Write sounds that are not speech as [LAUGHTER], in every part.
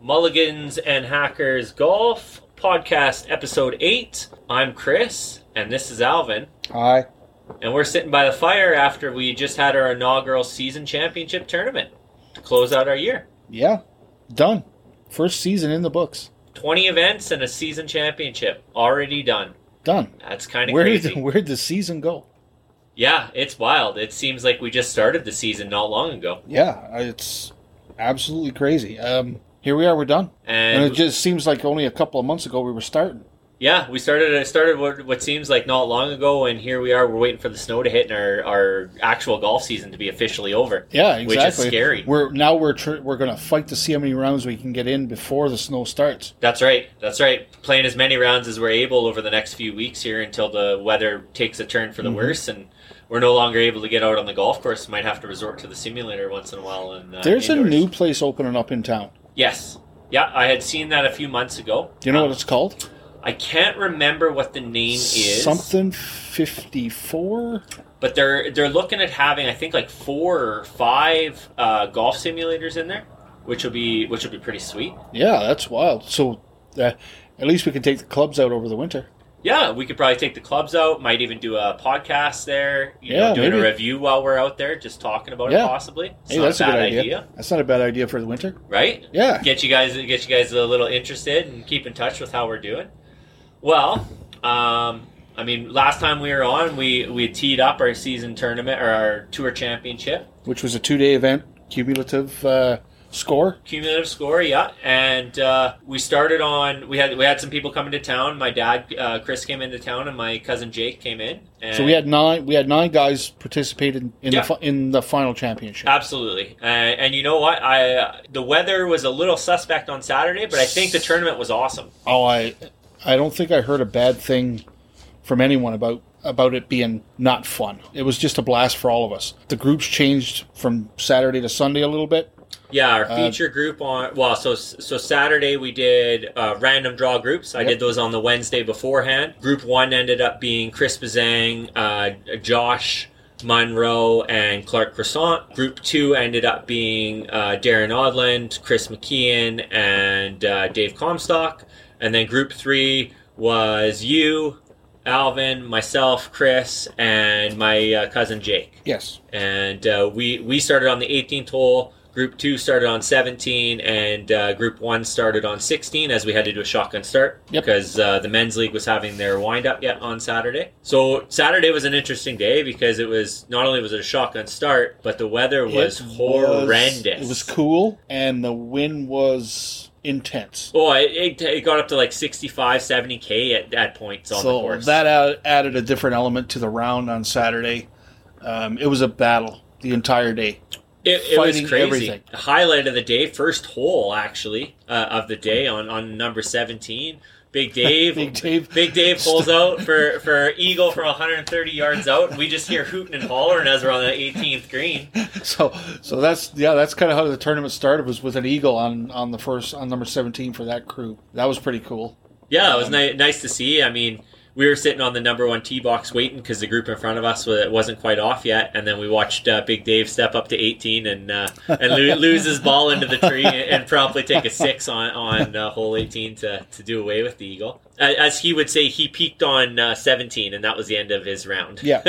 Mulligans and Hackers Golf Podcast, Episode 8. I'm Chris, and this is Alvin. Hi. And we're sitting by the fire after we just had our inaugural season championship tournament to close out our year. Yeah. Done. First season in the books. 20 events and a season championship already done. Done. That's kind of Where crazy. did [LAUGHS] where did the season go? Yeah, it's wild. It seems like we just started the season not long ago. Yeah, it's absolutely crazy. Um, here we are. We're done, And, and it just seems like only a couple of months ago we were starting. yeah, we started it started what, what seems like not long ago and here we are we're waiting for the snow to hit and our, our actual golf season to be officially over. Yeah, Which exactly. is scary. We're now we're tr- we're gonna fight to see how many rounds we can get in before the snow starts. That's right. That's right. Playing as many rounds as we're able over the next few weeks here until the weather takes a turn for the Mhm. worse and we're no longer able to get out on the golf course. Might have to resort to the simulator once in a while. And uh, There's a indoors. new place opening up in town. yes, yeah. I had seen that a few months ago. Do you know Um, what it's called? I can't remember what the name is. Something fifty four. But they're they're looking at having I think like four or five uh, golf simulators in there, which will be which will be pretty sweet. Yeah, that's wild. So, uh, at least we can take the clubs out over the winter. Yeah, we could probably take the clubs out. Might even do a podcast there. You know, Yeah, doing a maybe. review while we're out there, just talking about it Yeah. possibly. It's Hey, not that's a bad good idea. That's not a bad idea for the winter. right? Yeah. Get you guys get you guys a little interested and keep in touch with how we're doing. Well, um, I mean, last time we were on, we we had teed up our season tournament or our tour championship. Which was a two day event, cumulative uh, score. cumulative score yeah and uh, we started on we had we had some people coming to town my dad uh, chris came into town and my cousin jake came in and So we had nine. We had nine guys participated in, Yeah. the fi- in the final championship. absolutely uh, and you know what i uh, the weather was a little suspect on saturday but i think the tournament was awesome oh, I, I don't think I heard a bad thing from anyone about about it being not fun. It was just a blast for all of us. The groups changed from Saturday to Sunday a little bit. yeah our Uh, feature group on well so so saturday we did uh, random draw groups i Yep. did those on the wednesday beforehand group one ended up being chris bazang uh, josh Monroe and Clark Croissant. Group two ended up being uh, Darren Odland, Chris McKeon, and uh, Dave Comstock. And then group three was you, Alvin, myself, Chris, and my uh, cousin Jake. Yes. And uh, we we started on the 18th hole. Group two started on 17, and uh, group one started on 16 as we had to do a shotgun start Yep. because uh, the men's league was having their wind up yet on Saturday. So Saturday was an interesting day because it was not only was it a shotgun start, but the weather was It horrendous. It was cool, and the wind was intense. Oh, it, it, it got up to like 65, 70 k at, at points on the so course. that added, added a different element to the round on Saturday. Um, it was a battle the entire day. It, it was fighting crazy. everything. Highlight of the day, first hole actually uh, of the day on, on number seventeen. [LAUGHS] Big Dave, Big Dave. Big Dave pulls [LAUGHS] out for for eagle from 130 yards out. We just hear hooting and hollering as we're on the 18th green. [LAUGHS] So, so that's yeah, that's kind of how the tournament started. Was with an eagle on on the first on number seventeen for that crew. That was pretty cool. Yeah, it was ni- nice to see. I mean, we were sitting on the number one tee box waiting because the group in front of us wa- wasn't quite off yet, and then we watched uh, Big Dave step up to 18 and uh, and lo- lose his ball into the tree and, and promptly take a six on on uh, hole 18 to, to do away with the eagle. A- As he would say, he peaked on uh, 17, and that was the end of his round. [LAUGHS] Yeah.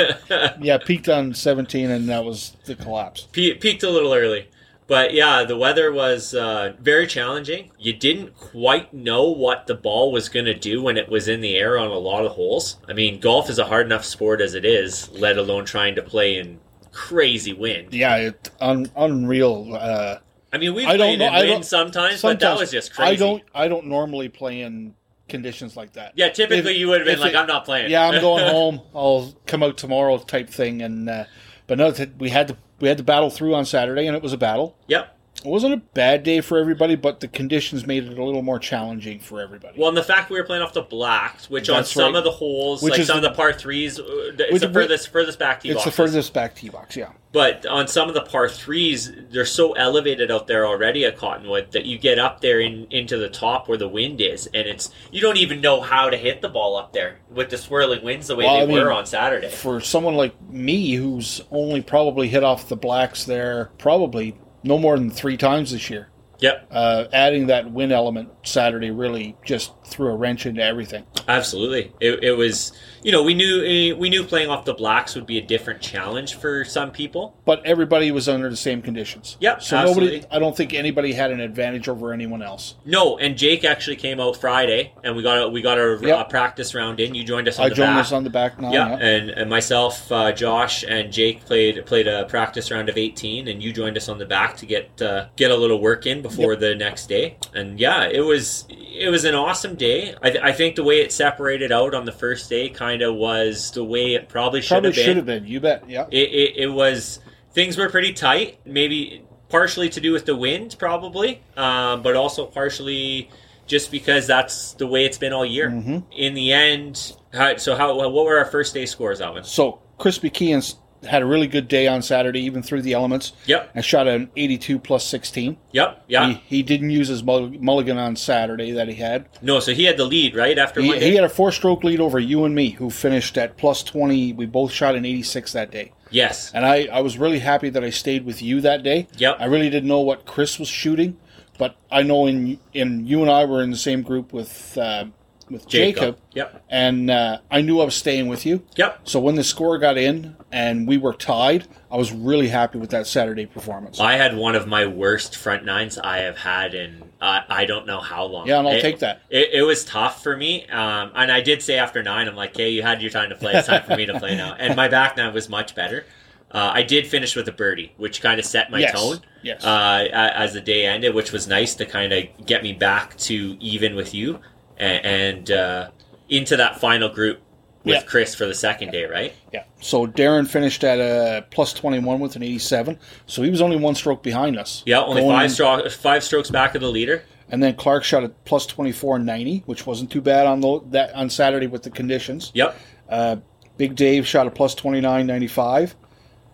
Yeah, peaked on seventeen, and that was the collapse. Pe- peaked a little early. But yeah, the weather was uh, very challenging. You didn't quite know what the ball was going to do when it was in the air on a lot of holes. I mean, golf is a hard enough sport as it is, let alone trying to play in crazy wind. Yeah, it, un, unreal. Uh, I mean, we've I don't played know- in I wind don't- sometimes, but that was just crazy. I don't I don't normally play in conditions like that. yeah, typically If- you would have been if like, it- I'm not playing. yeah, I'm going home. I'll come out tomorrow, type thing. And uh, but no, th- we had to we had to battle through on Saturday, and it was a battle. [LAUGHS] yep. It wasn't a bad day for everybody, but the conditions made it a little more challenging for everybody. Well, and the fact we were playing off the blacks, which on That's some right. of the holes, Which like is some the- of the par threes, uh, it's Which- the furthest furthest back tee it's the boxes. furthest back tee box. Yeah, But on some of the par threes, they're so elevated out there already at Cottonwood that you get up there in, into the top where the wind is, and it's you don't even know how to hit the ball up there with the swirling winds the way Well, they I mean- were on Saturday. for someone like me who's only probably hit off the blacks there probably no more than three times this year. Yep. Uh, adding that win element Saturday really just threw a wrench into everything. Absolutely. It, it was, you know, we knew eh, we knew playing off the blacks would be a different challenge for some people. But everybody was under the same conditions. Yep, So nobody, absolutely. I don't think anybody had an advantage over anyone else. No, and Jake actually came out Friday, and we got a, we got a, Yep. uh, practice round in. You joined us on I the joined back. us on the back nine. yeah, Oh, yeah. and, and myself, uh, Josh, and Jake played played a practice round of 18, and you joined us on the back to get uh, get a little work in before the next day. And yeah, it was it was an awesome day. I, th- I think the way it separated out on the first day kind of was the way it probably should Probably have been. should have been. You bet. Yeah. It, it, it was things were pretty tight. Maybe partially to do with the wind, probably, um, but also partially just because that's the way it's been all year. hmm In the end, how, so how what were our first day scores, Alvin? So Crispy Keans had a really good day on Saturday, even through the elements, Yep, and shot an 82 plus 16. yep, yeah. He, he didn't use his mul- mulligan on Saturday that he had. no, so he had the lead right after He, one day. he had a four stroke lead over you and me, who finished at plus 20. We both shot an 86 that day. yes, And I, I was really happy that I stayed with you that day. Yep. I really didn't know what Chris was shooting, but I know in, in you and I were in the same group with, uh, with Jacob. Yep, And uh, I knew I was staying with you. yep. So when the score got in and we were tied, I was really happy with that Saturday performance. I had one of my worst front nines I have had in I I don't know how long. Yeah, and I'll It- take that. It, it was tough for me, um, and I did say after nine, I'm like, "Hey, you had your time to play. It's time for me to play now." And my back nine was much better. Uh, I did finish with a birdie, which kind of set my yes. tone Yes. uh, a- as the day ended, which was nice to kind of get me back to even with you and, and uh, into that final group with Yeah. Chris for the second day, right? yeah. So Darren finished at a plus 21 with an 87. So he was only one stroke behind us. Yeah, only Going- five stro- five strokes back of the leader. And then Clark shot at plus 24 and 90, which wasn't too bad on the, that on Saturday with the conditions. Yep, Uh, Big Dave shot a plus 29 95.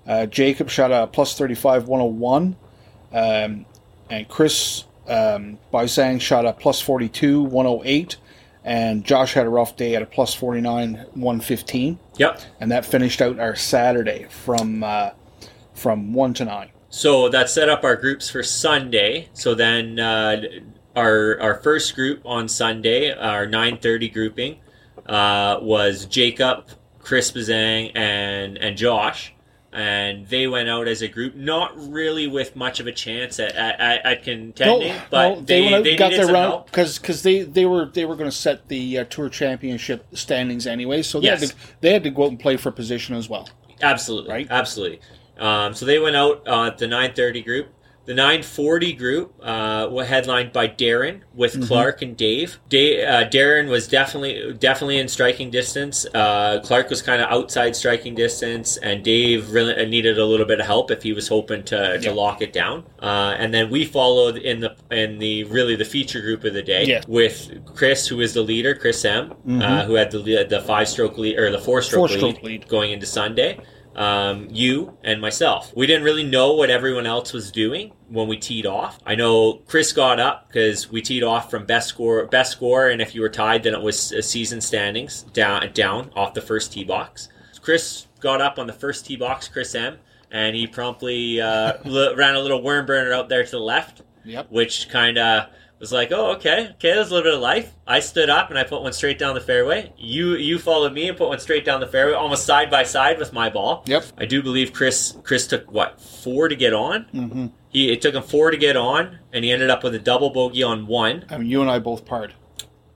Uh, Jacob shot a plus 35 101. Um, and Chris um, Bisang shot a plus 42 108. And Josh had a rough day at a plus 49 115. yep. And that finished out our Saturday from uh, from 1 to 9. So that set up our groups for Sunday. So then uh, our our first group on Sunday, our nine thirty grouping, uh, was Jacob, Chris Bazang, and and Josh, and they went out as a group, not really with much of a chance at at, at, at contending, but they, they, needed some help. because they, they were they were going to set the uh, tour championship standings anyway, so they, had Yes. to, they had to go out and play for position as well. Absolutely, Right? Absolutely. Um, so they went out uh, at the 9:30 group. The 9:40 group uh, were headlined by Darren with Clark and Dave. Da- uh, Darren was definitely definitely in striking distance. Uh, Clark was kind of outside striking distance, and Dave really uh, needed a little bit of help if he was hoping to, to Yeah. lock it down. Uh, and then we followed in the in the really the feature group of the day Yes. with Chris, who is the leader, Chris M, uh, who had the lead, the five stroke lead or the four stroke Four-stroke lead, lead. going into Sunday. Um, you and myself. We didn't really know what everyone else was doing when we teed off. I know Chris got up because we teed off from best score, best score, and if you were tied, then it was uh, season standings down, down off the first tee box. Chris got up on the first tee box, Chris M, and he promptly uh, [LAUGHS] li- ran a little worm burner out there to the left Yep. which kind of was like, oh, okay, okay, there's a little bit of life. I stood up and I put one straight down the fairway. You you followed me and put one straight down the fairway, almost side by side with my ball. Yep. I do believe Chris Chris took what four to get on. Mm-hmm. He it took him four to get on, and he ended up with a double bogey on one. I mean, you and I both parred.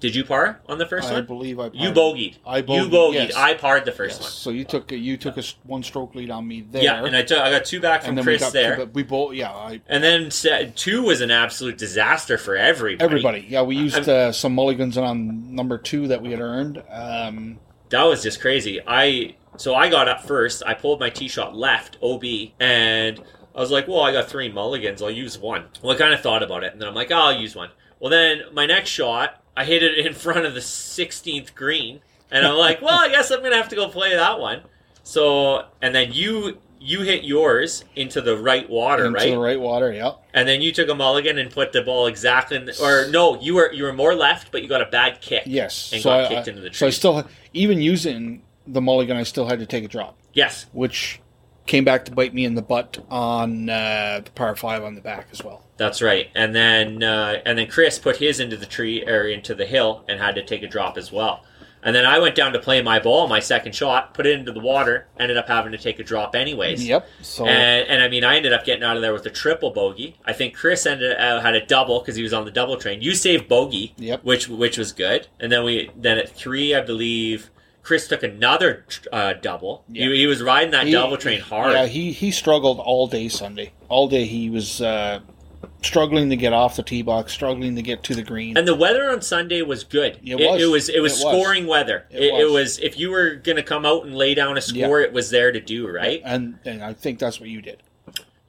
Did you par on the first I one? believe I. Parred. You bogeyed. I You bogeyed, bogeyed. yes. I parred the first Yes. So you took a, you took a s- one stroke lead on me there. one. Yeah, and I took I got two back from and then we Chris got there. To, but we both yeah I, and then sa- two was an absolute disaster for everybody. everybody yeah we used I'm- uh, some mulligans on number two that we had earned. Um, that was just crazy. I so I got up first. I pulled my tee shot left, OB, and I was like, "Well, I got three mulligans. I'll use one." Well, I kind of thought about it, and then I'm like, oh, "I'll use one." Well, then my next shot, I hit it in [LAUGHS] front of the 16th green, and I'm like, "Well, I guess I'm gonna have to go play that one." So, and then you you hit yours into the right water, into right? the right water. Yeah. And then you took a mulligan and put the ball exactly, in the, or no, you were you were more left, but you got a bad kick. Yes. And so got I, kicked I- into the So I tree. still even using the mulligan I still had to take a drop, Yes. which came back to bite me in the butt on uh, the par five on the back as well. That's right. And then uh, and then Chris put his into the tree or into the hill and had to take a drop as well. And then I went down to play my ball, my second shot, put it into the water, ended up having to take a drop anyways. Yep. So And, and I mean, I ended up getting out of there with a triple bogey. I think Chris ended uh, had a double because he was on the double train. You saved bogey, Yep. which which was good. And then we then at three, I believe Chris took another uh, double. Yeah. He, he was riding that He- double train hard. yeah, he he struggled all day Sunday. All day he was uh, struggling to get off the tee box, struggling to get to the green. And the weather on Sunday was good. It It, was. it was. It was It was. scoring weather. It It, it was. was. If you were going to come out and lay down a score, it was there to do right. and and I think that's what you did.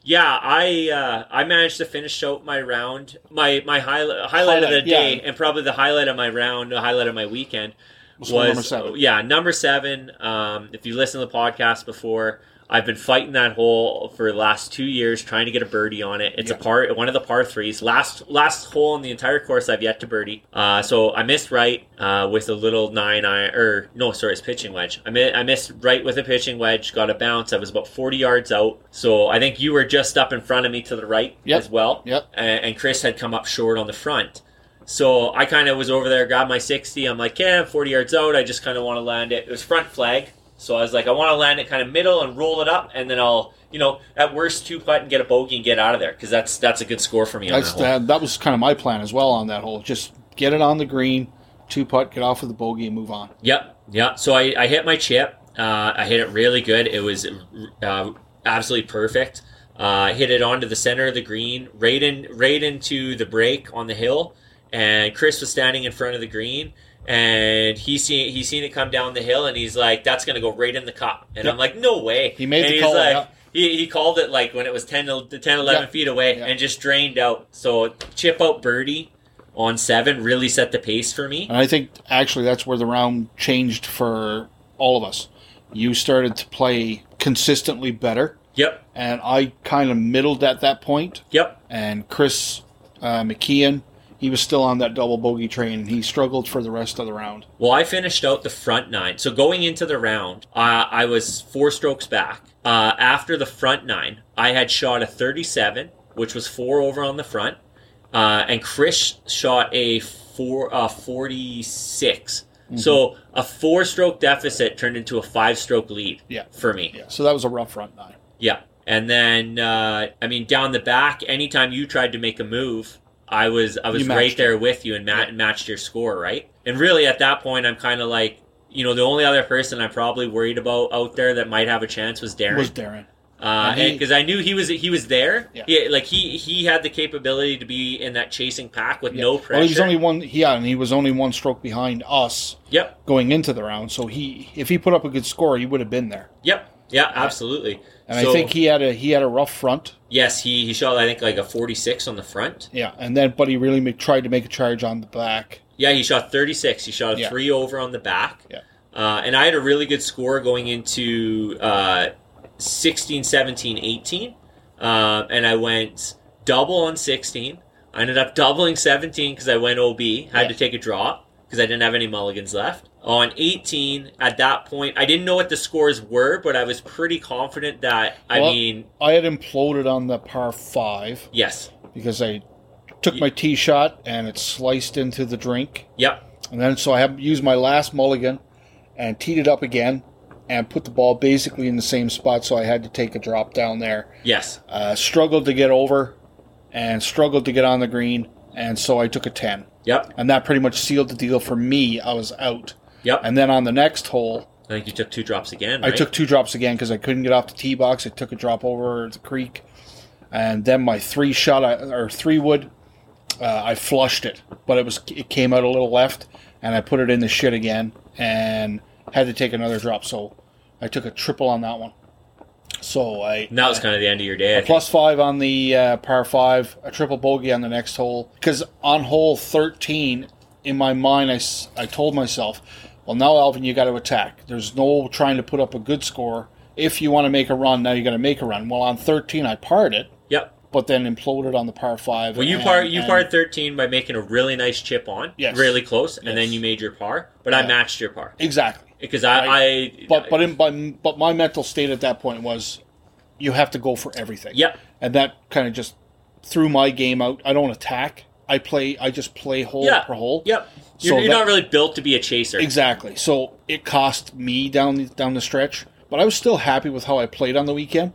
Yeah, I uh, I managed to finish out my round, my my highlight highlight of the Highlight, yeah. day, and probably the highlight of my round, the highlight of my weekend Was, was number seven. yeah number seven. Um, if you listen to the podcast before, I've been fighting that hole for the last two years, trying to get a birdie on it. It's Yeah. a par one of the par threes. Last last hole in the entire course, I've yet to birdie. Uh, so I missed right uh, with a little nine iron, or no, sorry, it's pitching wedge. I mi- I missed right with a pitching wedge. Got a bounce. I was about forty yards out. So I think you were just up in front of me to the right Yep. as well Yep. and, and Chris had come up short on the front. So I kind of was over there, grabbed my 60. I'm like, yeah, I'm 40 yards out. I just kind of want to land it. It was front flag. So I was like, I want to land it kind of middle and roll it up, and then I'll, you know, at worst two putt and get a bogey and get out of there because that's that's a good score for me. On that That's hole. that, that was kind of my plan as well on that hole. Just get it on the green, two putt, get off of the bogey, and move on. Yep, yep. So I, I hit my chip. Uh, I hit it really good. It was uh, absolutely perfect. Uh, I hit it onto the center of the green, right in, right into the break on the hill. And Chris was standing in front of the green, and he seen he seen it come down the hill, and he's like, "That's gonna go right in the cup." And I'm like, "No way!" He made and the he's call, Like, yeah. he, he called it like when it was 10, el- 10 11 Yeah. feet away, Yeah. and just drained out. So chip out birdie on seven really set the pace for me. And I think actually that's where the round changed for all of us. You started to play consistently better, Yep, and I kind of middled at that point. yep. And Chris uh, McKeon, he was still on that double bogey train, and he struggled for the rest of the round. Well, I finished out the front nine. So going into the round, uh, I was four strokes back. Uh, after the front nine, I had shot a 37, which was four over on the front, uh, and Chris shot a four uh, 46. Mm-hmm. So a four-stroke deficit turned into a five-stroke lead Yeah. for me. Yeah, so that was a rough front nine. Yeah. And then uh, I mean down the back, anytime you tried to make a move, I was I was You matched right there with you and, ma- and matched your score, right? And really at that point I'm kinda like you know, the only other person I'm probably worried about out there that might have a chance was Darren. Was Darren? Uh, And he- because I knew he was he was there. Yeah. He- like he he had the capability to be in that chasing pack with no pressure. Well, Oh, he was only one. Yeah, and he was only one stroke behind us yep. going into the round. So he, if he put up a good score, he would have been there. Yep. Yeah, absolutely. And So, I think he had a he had a rough front. yes, he he shot I think like a 46 on the front. Yeah, and then but he really ma- tried to make a charge on the back. Yeah, he shot 36. He shot a Yeah. three over on the back. Yeah. Uh, and I had a really good score going into uh, 16, 17, 18. Uh, and I went double on 16. I ended up doubling 17 because I went OB, had Yeah. to take a drop because I didn't have any mulligans left. On 18, at that point, I didn't know what the scores were, but I was pretty confident that, I Well- mean, I had imploded on the par five yes. because I took my tee shot and it sliced into the drink, Yep. and then so I have used my last mulligan and teed it up again and put the ball basically in the same spot. So I had to take a drop down there. Yes. uh, struggled to get over and struggled to get on the green and so i took a 10 Yep. and that pretty much sealed the deal for me i was out Yep. and then on the next hole I think you took two drops again. i right? took two drops again because i couldn't get off the tee box i took a drop over the creek and then my three shot I- or three wood uh, i flushed it but it was it came out a little left and i put it in the shit again and had to take another drop so i took a triple on that one so i And that was kind of the end of your day. I a think. plus five on the uh, par five, a triple bogey on the next hole. Because on hole 13, in my mind, I, s- I told myself, well, now, Alvin, you got to attack. There's no trying to put up a good score. If you want to make a run, now you got to make a run. Well, on 13, I parred it, Yep. but then imploded on the par five. Well, you and- par you and- parred thirteen by making a really nice chip on, Yes. really close, and Yes. then you made your par. But I Yeah. matched your par Exactly. because I, I But but in, but but my mental state at that point was you have to go for everything. Yep. And that kind of just threw my game out. I don't attack. I play. I just play hole Yeah. per hole. Yep. You're, So you're that- not really built to be a chaser. Exactly. So it cost me down the, down the stretch, but I was still happy with how I played on the weekend.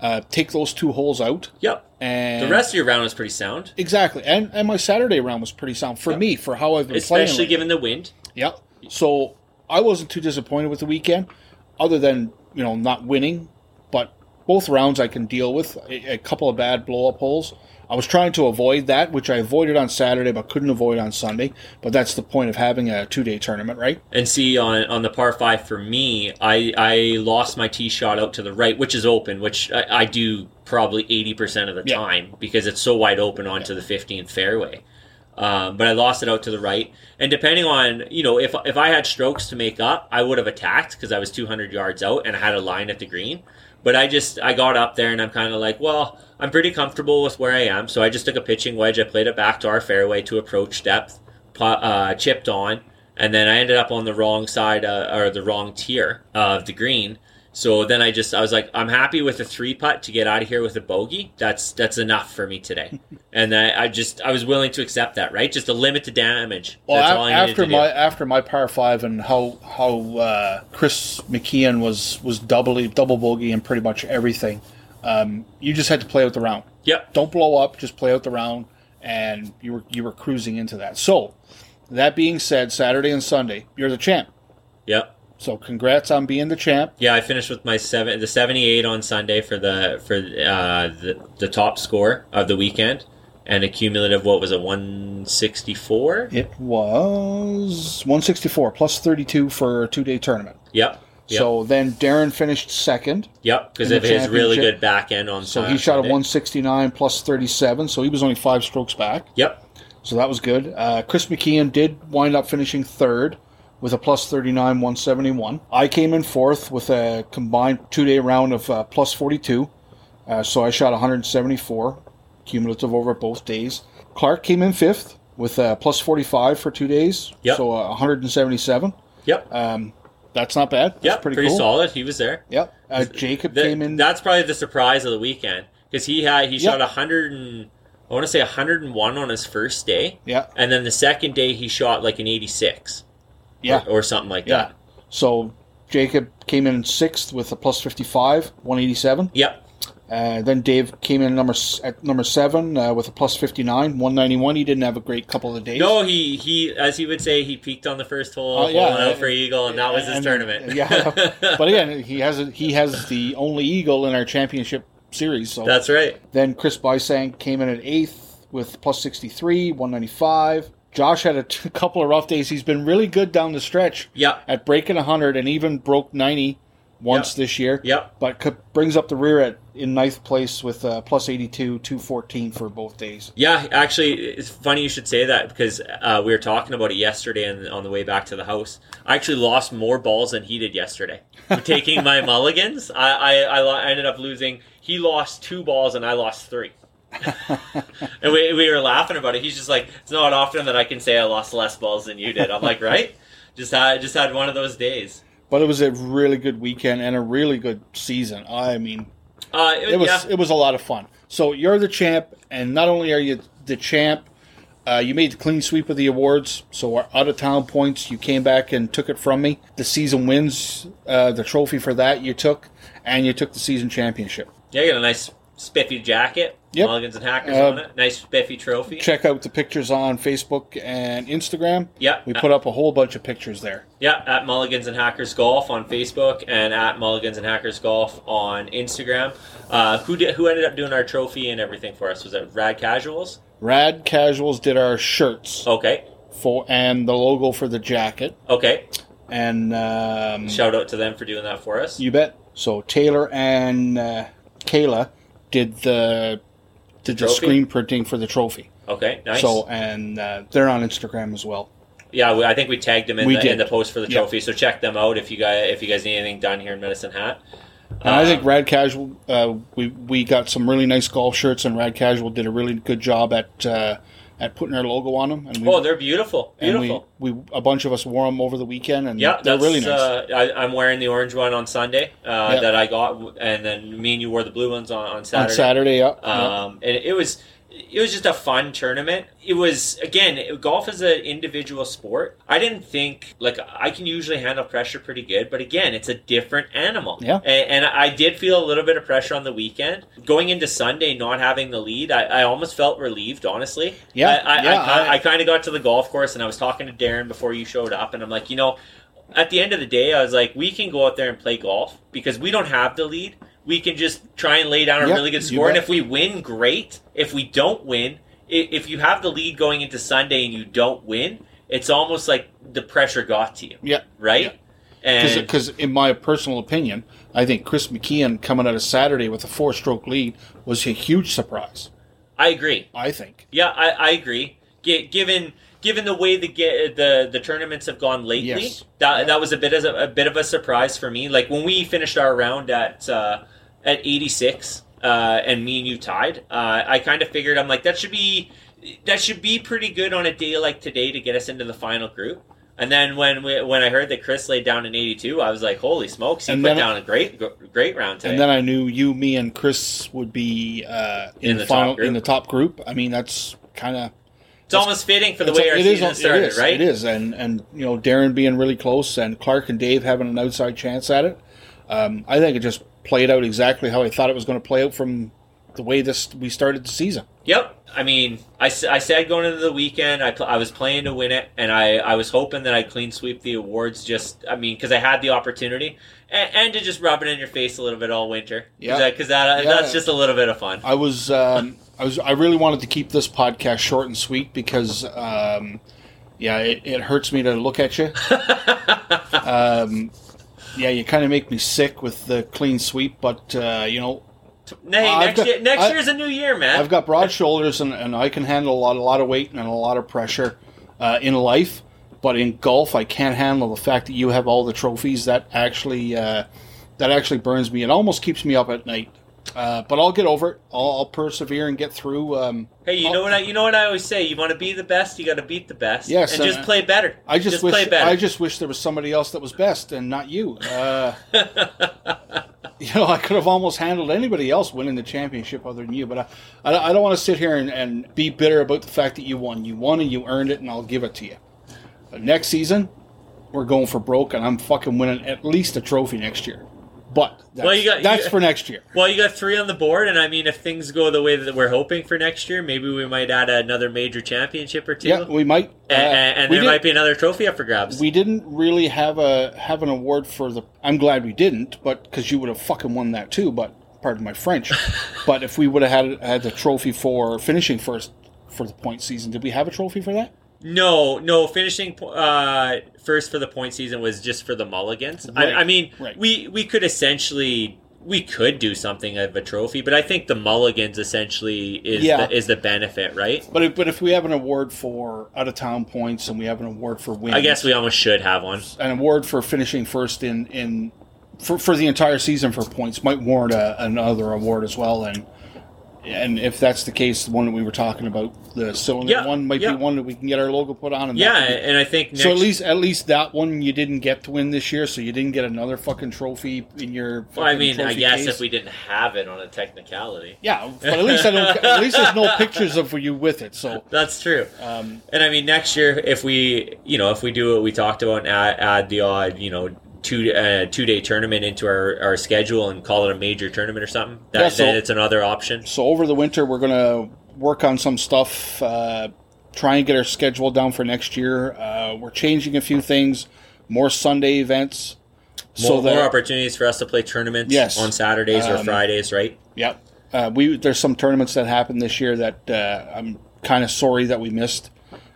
Uh, take those two holes out, Yep. and The rest of your round was pretty sound, exactly. And and my Saturday round was pretty sound for me for how I've been especially playing. given the wind. Yeah. So I wasn't too disappointed with the weekend, other than you know not winning, but both rounds I can deal with a, a couple of bad blow up holes. I was trying to avoid that, which I avoided on Saturday, but couldn't avoid on Sunday. But that's the point of having a two day tournament, right? And see on on the par five for me, I I lost my tee shot out to the right, which is open, which I, I do probably eighty percent of the Yeah. time because it's so wide open onto the fifteenth fairway. Um, but I lost it out to the right, and depending on you know if if I had strokes to make up, I would have attacked because I was two hundred yards out and I had a line at the green. But I just I got up there and I'm kind of like, well, I'm pretty comfortable with where I am, so I just took a pitching wedge. I played it back to our fairway to approach depth, pu- uh, chipped on, and then I ended up on the wrong side uh, or the wrong tier of the green. So then I just I was like, I'm happy with a three putt to get out of here with a bogey. That's that's enough for me [LAUGHS] today. and I, I just I was willing to accept that, right? Just to limit the damage. Well, that's a- all I needed after to my do. after my par five and how how uh, Chris McKeon was was doubly double bogey in pretty much everything, um, you just had to play out the round. Yep. don't blow up, just play out the round, and you were you were cruising into that. So, that being said, Saturday and Sunday, you're the champ. Yep. So, congrats on being the champ. Yeah, I finished with my seven, the seventy-eight on Sunday for the for uh, the the top score of the weekend, and a cumulative what was it one sixty-four? It was 164 plus 32 for a two day tournament. Yep. Yep. So then Darren finished second. yep. Because in of the his really championship. good back end on So Sun- he shot a Sunday. 169 plus 37. So he was only five strokes back. Yep. So that was good. Uh, Chris McKeon did wind up finishing third with a plus 39, 171. I came in fourth with a combined two day round of uh, plus 42. Uh, so I shot 174 cumulative over both days. Clark came in fifth with a plus 45 for two days. Yep. So uh, 177. Yep. Um, that's not bad. That's yep. pretty, Pretty, cool. solid. He was there. Yep. Uh, Jacob That- came in. That's probably the surprise of the weekend because he had he Yep. shot a hundred and I want to say hundred and one on his first day, yeah. and then the second day he shot like an eighty-six. Yeah. Or, or something like Yeah. that. So Jacob came in sixth with a plus 55, 187. Yep. Uh, then Dave came in number s- at number seven uh, with a plus fifty nine, one ninety one. He didn't have a great couple of days. No, he he as he would say he peaked on the first hole, Oh, yeah, holing out and- for eagle, and that was his And- tournament. yeah, but again, he has a, he has the only eagle in our championship series. [LAUGHS] So that's right. then Chris Bysang came in at eighth with plus sixty three, one ninety five. Josh had a t- [LAUGHS] couple of rough days. He's been really good down the stretch Yep. at breaking hundred and even broke ninety once this year. Yep. But c- brings up the rear at in ninth place with uh, plus eighty two, two fourteen for both days. Yeah, actually, it's funny you should say that because uh, we were talking about it yesterday and on the way back to the house. I actually lost more balls than he did yesterday. Taking my mulligans, I, I, I lo- I ended up losing. He lost two balls and I lost three. and we, we were laughing about it. He's just like, it's not often that I can say I lost less balls than you did. I'm like, right? Just had, just had one of those days. But it was a really good weekend and a really good season. I mean, Uh, it was yeah. it was a lot of fun. So you're the champ, and not only are you the champ, uh, you made the clean sweep of the awards. So our out of town points, you came back and took it from me. The season wins, uh, the trophy for that you took, and you took the season championship. Yeah, you got a nice spiffy jacket. Yep. Mulligans and hackers Uh, on it. Nice spiffy trophy. Check out the pictures on Facebook and Instagram. Yeah. we put up a whole bunch of pictures there. Yeah, at Mulligans and Hackers Golf on Facebook and at Mulligans and Hackers Golf on Instagram. Uh, who did, who ended up doing our trophy and everything for us? Was it Rad Casuals? Rad Casuals did our shirts Okay, for and the logo for the jacket, okay. Mm-hmm. and um, Shout out to them for doing that for us. You bet. So Taylor and uh, Kayla did the did the Trophy? screen printing for the trophy. Okay, nice. So and uh, they're on Instagram as well. yeah, we, I think we tagged them in, We the, in did. the post for the Yeah. trophy. So check them out if you guys if you guys need anything done here in Medicine Hat. And I think Um, Rad Casual, uh, we we got some really nice golf shirts, and Rad Casual did a really good job at uh, at putting our logo on them. And we, Oh, they're beautiful. and Beautiful. we, we a bunch of us wore them over the weekend, and yeah, they're that's really nice. Uh, I, I'm wearing the orange one on Sunday uh, Yeah. that I got, and then me and you wore the blue ones on, on on Saturday. Saturday, yeah, yeah. Um, and it was it was just a fun tournament. It was again, it- golf is an individual sport. I didn't think like I can usually handle pressure pretty good, but again, it's a different animal. Yeah. A- And, I did feel a little bit of pressure on the weekend going into Sunday, not having the lead. I, I almost felt relieved, honestly. Yeah, I, I, yeah, I, I- kind of got to the golf course and I was talking to Darren before you showed up, and I'm like, you know, at the end of the day, I was like, we can go out there and play golf because we don't have the lead. We can just try and lay down a Yeah, really good you score, and bet. if we win, great. If we don't win, i- if you have the lead going into Sunday and you don't win, it's almost like the pressure got to you, yeah. right? And Because, in my personal opinion, I think Chris McKeon coming out of Saturday with a four-stroke lead was a huge surprise. I agree. I think. Yeah, I, I agree. Gi- given given the way the ge- the the tournaments have gone lately, Yes. that that was a bit as a, a bit of a surprise for me. Like when we finished our round at uh, at eighty six, uh, and me and you tied. Uh, I kind of figured I'm like that should be that should be pretty good on a day like today to get us into the final group. And then when we, when I heard that Chris laid down in eighty two, I was like, holy smokes, he And put then- down a great great round today. And then I knew you, me, and Chris would be uh, in, In the the final top group. in the top group. I mean, that's kind of it's almost fitting for the It's- way our it is- season it started, is, right? It is, and and you know Darren being really close, and Clark and Dave having an outside chance at it. Um, I think it just played out exactly how I thought it was going to play out from the way this we started the season. Yep. I mean, I, s- I said going into the weekend, I, pl- I was playing to win it, and I, I was hoping that I'd clean sweep the awards just, I mean, because I had the opportunity, and, and to just rub it in your face a little bit all winter. Yeah. Because that, uh, Yeah. that's just a little bit of fun. [LAUGHS] I was um, I was I really wanted to keep this podcast short and sweet because um, yeah, it, it hurts me to look at you. um, yeah, you kind of make me sick with the clean sweep, but uh, you know Hey, I've next, got- year, next I- year's a new year, man. I've got broad shoulders and, and I can handle a lot, a lot of weight and a lot of pressure uh, in life. But in golf, I can't handle the fact that you have all the trophies. That actually, uh, that actually burns me. It almost keeps me up at night. Uh, but I'll get over it. I'll, I'll persevere and get through. Um, hey, you I'll- know what I you know what I always say? You want to be the best, you got to beat the best. Yes, and and just I- play better. I just, wish. play better. I just wish there was somebody else that was best and not you. Uh, [LAUGHS] you know, I could have almost handled anybody else winning the championship other than you. But I, I, I don't want to sit here and, and be bitter about the fact that you won. You won and you earned it, and I'll give it to you. But next season, we're going for broke, and I'm fucking winning at least a trophy next year. But that's, Well, you got- you that's got- for next [LAUGHS] year. [LAUGHS] Well, you got three on the board, and I mean, if things go the way that we're hoping for next year, maybe we might add another major championship or two. Yeah, we might. uh, and, and, and we there did- might be another trophy up for grabs. We didn't really have a have an award for the. I'm glad we didn't, but because you would have fucking won that too. But pardon [LAUGHS] my French. but if we would have had had the trophy for finishing first for the point season, did we have a trophy for that? no, no, finishing po- uh, first for the point season was just for the mulligans. Right, I, I mean, right. we we could essentially we could do something of a trophy, but I think the mulligans essentially is Yeah. the, is the benefit, right? But if, but if we have an award for out of town points and we have an award for wins, I guess we almost should have one. an award for finishing first in in for, for the entire season for points might warrant a, another award as well. And and if that's the case, the one that we were talking about, the cylinder Yeah, one, might yeah. be one that we can get our logo put on. And that Yeah, could be- and I think next, So at least at least that one you didn't get to win this year, so you didn't get another fucking trophy in your. well, I fucking mean, I trophy guess case. if we didn't have it on a technicality, Yeah, but at least I don't. at least there's no pictures of you with it. So that's true. um, And I mean, next year, if we, you know, if we do what we talked about and add, add the odd, you know, two uh, two day tournament into our, our schedule and call it a major tournament or something, that, Yeah, so- then it's another option. so over the winter we're gonna work on some stuff. Uh, try and get our schedule down for next year. Uh, we're changing a few things, more Sunday events. More, more opportunities for us to play tournaments Yes. on Saturdays or Um, Fridays, right? Yep. Uh, we there's some tournaments that happened this year that uh, I'm kind of sorry that we missed.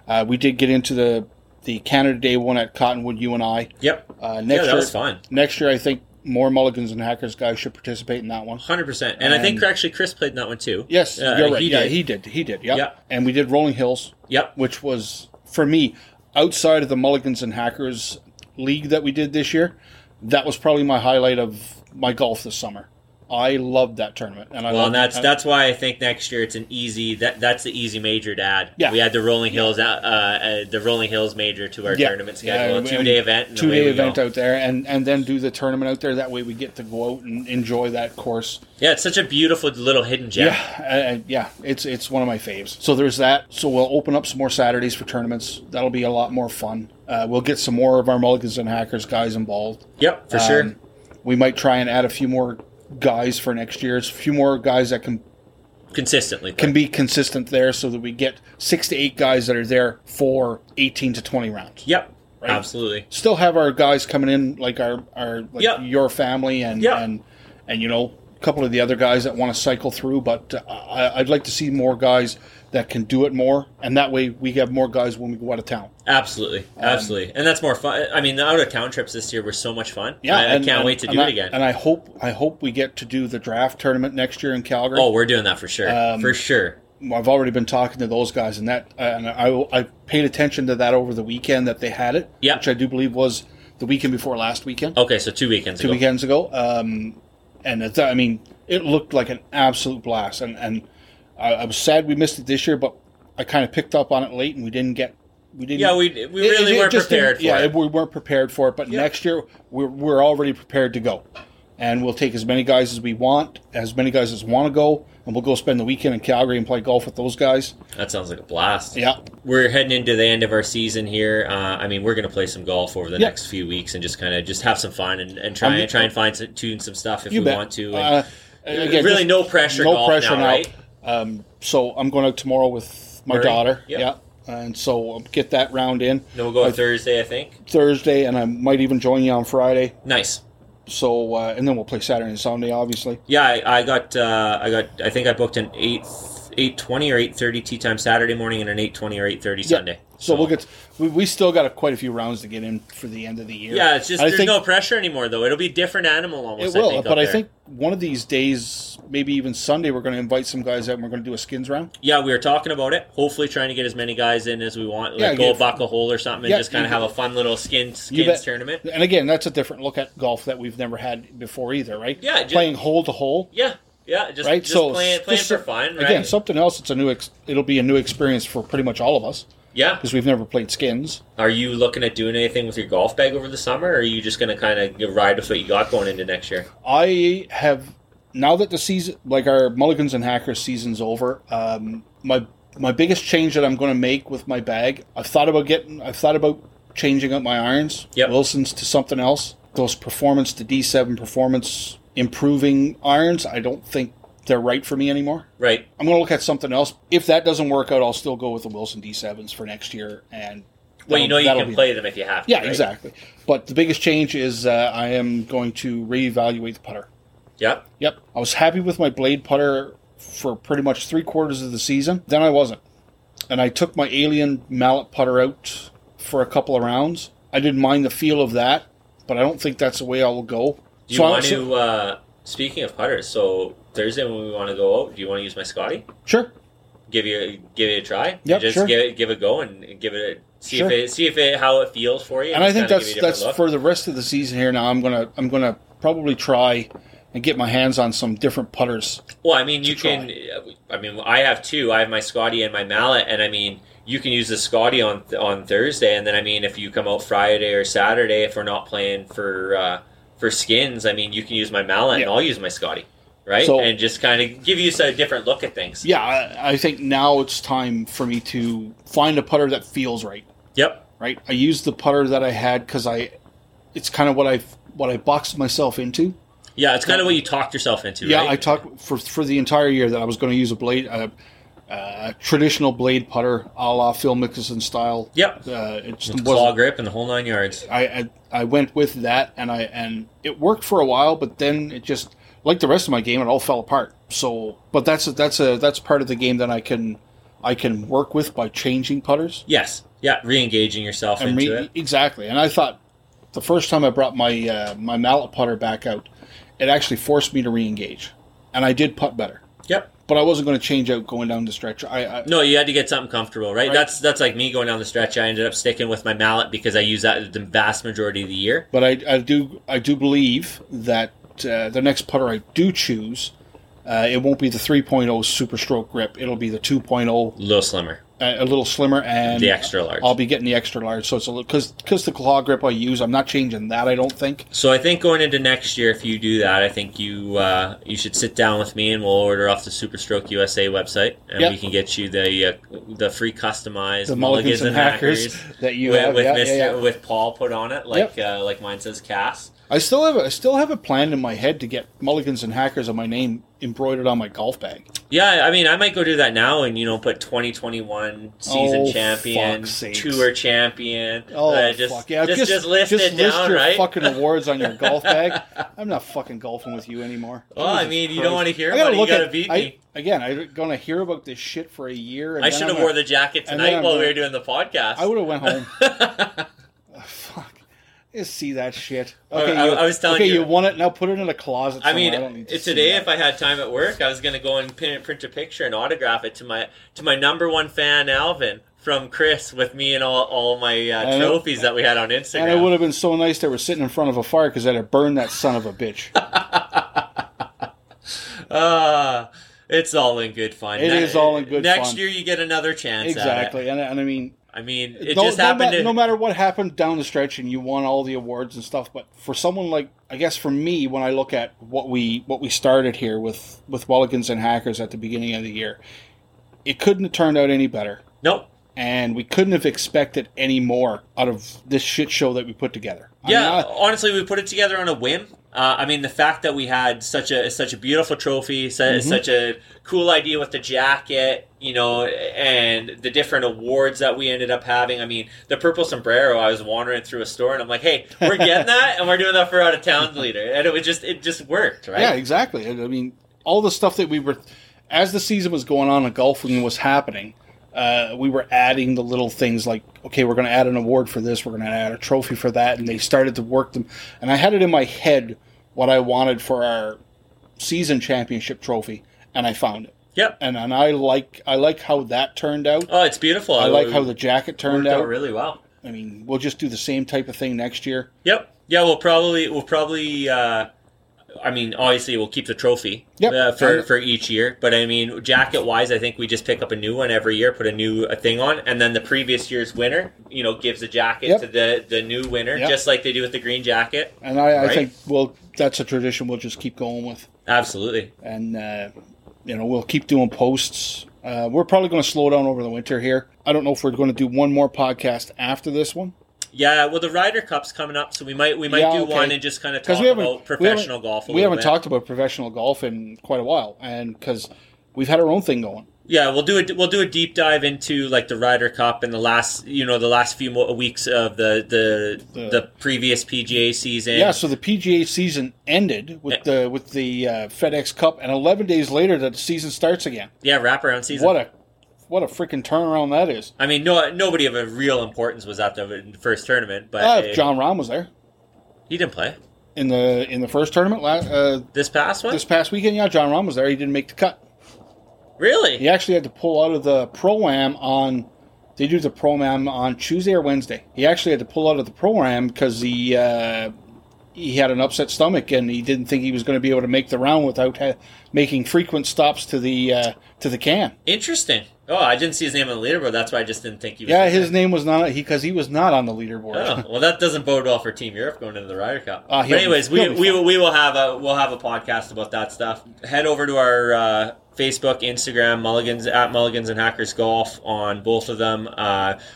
Uh, we did get into the the Canada Day one at Cottonwood. You and I Yep. uh, Yeah, next that year. was fun. Next year, I think more Mulligans and Hackers guys should participate in that one. 100%. And, I think actually Chris played in that one too. Yes, Uh, you're right. he yeah, did. he did. He did. Yep. Yeah. And we did Rolling Hills, Yep. which was for me outside of the Mulligans and Hackers league that we did this year. That was probably my highlight of my golf this summer. I loved that tournament, and I Well, loved and that's I- that's why I think next year it's an easy that that's the easy major to add. Yeah. we had the Rolling Hills uh, uh, the Rolling Hills major to our Yeah. tournament Yeah, schedule, and- a two day event, and two away day we event Go. out there, and and then do the tournament out there. That way, we get to go out and enjoy that course. Yeah, it's such a beautiful little hidden gem. Yeah, uh, uh, yeah, it's it's one of my faves. So there's that. So we'll open up some more Saturdays for tournaments. That'll be a lot more fun. Uh, we'll get some more of our mulligans and hackers guys involved. Yep, for Um, sure. We might try and add a few more guys for next year. It's a few more guys that can Consistently, can be consistent there, so that we get six to eight guys that are there for eighteen to twenty rounds. Yep, Right. absolutely. Still have our guys coming in, like our our like Yeah. your family and Yeah. and and you know a couple of the other guys that want to cycle through. But uh, I, I'd like to see more guys that can do it more, and that way we have more guys when we go out of town. Um, Absolutely, absolutely, and that's more fun. I mean, the out of town trips this year were so much fun. I, I and- can't and- wait to and do I- it again. And I hope I hope we get to do the draft tournament next year in Calgary. oh, we're doing that for sure, Um, for sure. I've already been talking to those guys, and that and I, I paid attention to that over the weekend that they had it, Yeah. which I do believe was the weekend before last weekend, Okay, so two weekends two ago. weekends ago. Um, and it's, I mean, it looked like an absolute blast, and and I, I was sad we missed it this year, but I kind of picked up on it late, and we didn't get we didn't. Yeah, we we it- really it weren't just didn't- prepared for yeah, it. we weren't prepared for it, but Yeah. next year we're, we're already prepared to go. And we'll take as many guys as we want, as many guys as want to go, and we'll go spend the weekend in Calgary and play golf with those guys. That sounds like a blast. Yeah, we're heading into the end of our season here. Uh, I mean, we're going to play some golf over the Yeah. next few weeks and just kind of just have some fun and, and try I'm- and try and find some, tune some stuff if you we bet. want to. And Uh, again, really, just no pressure. no golf pressure now, now. right? Um, so I'm going out tomorrow with my Murray? daughter. Yep. Yeah, and so I'll get that round in No, we'll go on I- Thursday, I think. Thursday, and I might even join you on Friday. Nice. So uh, and then we'll play Saturday and Sunday, obviously. Yeah, I, I got. Uh, I got. I think I booked an eight eight twenty or eight thirty tea time Saturday morning and an eight twenty or eight thirty Yeah. Sunday. So, we'll get. We, we still got a, quite a few rounds to get in for the end of the year. Yeah, it's just I there's think- no pressure anymore though. It'll be a different animal It almost. will, I think, but up I there. think one of these days, maybe even Sunday, we're going to invite some guys out and we're going to do a skins round. yeah, we were talking about it. Hopefully, trying to get as many guys in as we want. Like Yeah, go get- buck a hole or something, and Yeah, just kind of you- have a fun little skin You skins bet. tournament. And again, that's a different look at golf that we've never had before either, right? Yeah, just- playing hole to hole, Yeah, yeah, just right? just playing playing just for so- fun. Right? Again, something else. It's a new. Ex- it'll be a new experience for pretty much all of us yeah. because we've never played skins. Are you looking at doing anything with your golf bag over the summer, or are you just going to kind of ride with what you got going into next year? I have now that the season, like our Mulligans and Hackers season's over. Um, my my biggest change that I'm going to make with my bag. I've thought about getting. I've thought about changing up my irons. Yep. Wilsons to something else. Those performance to D7 performance improving irons. I don't think they're right for me anymore. Right. I'm going to look at something else. If that doesn't work out, I'll still go with the Wilson D7s for next year. And Well, you know that'll- you that'll can be- play them if you have to. Yeah, right? exactly. But the biggest change is uh, I am going to reevaluate the putter. Yep. Yep, I was happy with my blade putter for pretty much three quarters of the season. Then I wasn't, and I took my alien mallet putter out for a couple of rounds. I didn't mind the feel of that, but I don't think that's the way I will go. Do you So I- want so- to? Uh, speaking of putters, so Thursday when we want to go out, do you want to use my Scotty? Sure. Give you give it a try. Yep, Just sure. give it give it a go and give it a see Sure. if it see if it how it feels for you. and I just think kinda that's give you a that's different look. for the rest of the season here. Now I'm gonna I'm gonna probably try and get my hands on some different putters. Well, I mean, you try. can. I mean, I have two. I have my Scotty and my mallet, and I mean, you can use the Scotty on on Thursday, and then I mean, if you come out Friday or Saturday, if we're not playing for uh, for skins, I mean, you can use my mallet, and Yeah. I'll use my Scotty, right? So- and just kind of give you a different look at things. Yeah, I, I think now it's time for me to find a putter that feels right. Yep. Right, I used the putter that I had because I, it's kind of what I what I boxed myself into. Yeah, it's kind of what you talked yourself into. Yeah, right? I talked for for the entire year that I was going to use a blade, a, a traditional blade putter, a la Phil Mickelson style. Yep. Uh, it just With the wasn't claw grip and the whole nine yards. I, I I went with that and I and it worked for a while, but then it just like the rest of my game, it all fell apart. So, but that's a, that's a that's part of the game that I can I can work with by changing putters Yes. Yeah, re-engaging yourself and into re- it. exactly. And I thought the first time I brought my uh, my mallet putter back out, it actually forced me to re-engage, and I did putt better. Yep. But I wasn't going to change out going down the stretch. I, I No, you had to get something comfortable, right? Right. That's that's like me going down the stretch. I ended up sticking with my mallet because I use that the vast majority of the year. but I, I do I do believe that that uh, the next putter I do choose, uh, it won't be the 3.0 Super Stroke grip. It'll be the 2.0, A little slimmer. uh, a little slimmer, and The extra large. I'll be getting the extra large. So it's a little because because the claw grip I use, I'm not changing that. I don't think. So I think going into next year, if you do that, I think you uh, you should sit down with me and we'll order off the Superstroke USA website, and Yep. we can get you the uh, the free customized The mulligans and hackers that you with, have, with yeah, yeah, Mr. yeah. with Paul put on it, like uh, like mine says Cass. I still have a, I still have a plan in my head to get mulligans and hackers on my name embroidered on my golf bag. Yeah, I mean, I might go do that now and you know put twenty twenty one season Oh, champion, fuck's sakes. tour champion. Oh uh, just, fuck yeah! just just, list it list down, your right? fucking [LAUGHS] awards on your golf bag. I'm not fucking golfing with you anymore. well, I Jesus mean, you Christ. don't want to hear I gotta about it. You look gotta at, beat I- me. again. I'm gonna hear about this shit for a year. And I then should I'm have gonna- wore the jacket and then tonight I'm while we gonna- were doing the podcast. [LAUGHS] I would have went home. [LAUGHS] Oh, fuck. I see that shit. I- I- I was telling okay, you- you want it now. Put it in a closet. I somewhere. mean, don't need to see today that. if I had time at work, I was going to go and pin, print a picture and autograph it to my to my number one fan, Alvin, from Chris, with me and all, all my uh, And it- trophies that we had on Instagram. And it would have been so nice they were sitting in front of a fire because I'd have burned that son of a bitch. [LAUGHS] Ah, it's all in good fun. It is all in good Next fun. year, you get another chance. at it. exactly. And, and I mean, I mean, it no, just no happened. ma- to, no matter what happened down the stretch, and you won all the awards and stuff. But for someone like, I guess for me, when I look at what we what we started here with with Welligans and Hackers at the beginning of the year, it couldn't have turned out any better, nope. and we couldn't have expected any more out of this shit show that we put together. I'm Yeah, not- honestly, we put it together on a whim. Uh, I mean, the fact that we had such a such a beautiful trophy, su- Mhm. such a cool idea with the jacket, you know, and the different awards that we ended up having. I mean, the purple sombrero. I was wandering through a store, and I'm like, "Hey, we're [LAUGHS] getting that, and we're doing that for out of town leader," and it was just it just worked, right? Yeah, exactly. And, I mean, all the stuff that we were, as the season was going on and golfing was happening, uh, we were adding the little things like, okay, we're going to add an award for this, we're going to add a trophy for that, and they started to work them. And I had it in my head what I wanted for our season championship trophy, and I found it. Yep. And and I like I like how that turned out. Oh, it's beautiful. I like how the jacket turned worked out out. really well. I mean, we'll just do the same type of thing next year. Yep. Yeah, we'll probably we'll probably. Uh, I mean, obviously, we'll keep the trophy Yep. uh, for And- for each year. But I mean, jacket wise, I think we just pick up a new one every year, put a new a thing on, and then the previous year's winner, you know, gives a jacket Yep. to the the new winner, Yep. just like they do with the green jacket. And I, I Right. think well, that's a tradition we'll just keep going with. Absolutely. and uh, you know we'll keep doing posts. Uh, we're probably going to slow down over the winter here. I don't know if we're going to do one more podcast after this one Yeah. Well, the Ryder Cup's coming up, so we might we might Yeah, do okay. one and just kind of because talk we haven't about we haven't- professional golf. A we little haven't bit. talked about professional golf in quite a while, and because we've had our own thing going. Yeah, we'll do it. We'll do a deep dive into like the Ryder Cup and the last, you know, the last few mo- weeks of the the the, The- previous PGA season. Yeah, so the PGA season ended with the with the uh, FedEx Cup, and 11 days later the season starts again. yeah, wraparound season. What a what a freaking turnaround that is! I mean, no, nobody of a real importance was at the first tournament, but Uh, eh, if John Rahm was there he didn't play in the in the first tournament la- uh, this past one. this past weekend. Yeah, John Rahm was there. He didn't make the cut. really? He actually had to pull out of the pro am on. They do the pro am on Tuesday or Wednesday. He actually had to pull out of the pro am because he uh, he had an upset stomach and he didn't think he was going to be able to make the round without ha- making frequent stops to the uh, to the can. Interesting. Oh, I didn't see his name on the leaderboard. That's why I just didn't think he was. Yeah, his name was not he because he was not on the leaderboard. Oh, well, that doesn't bode well for Team Europe going into the Ryder Cup. Uh, but he'll be- anyways, we, he'll be we, fine. will- we will have a we'll have a podcast about that stuff. Head over to our uh, Facebook, Instagram, Mulligans at Mulligans and Hackers Golf on both of them. Uh,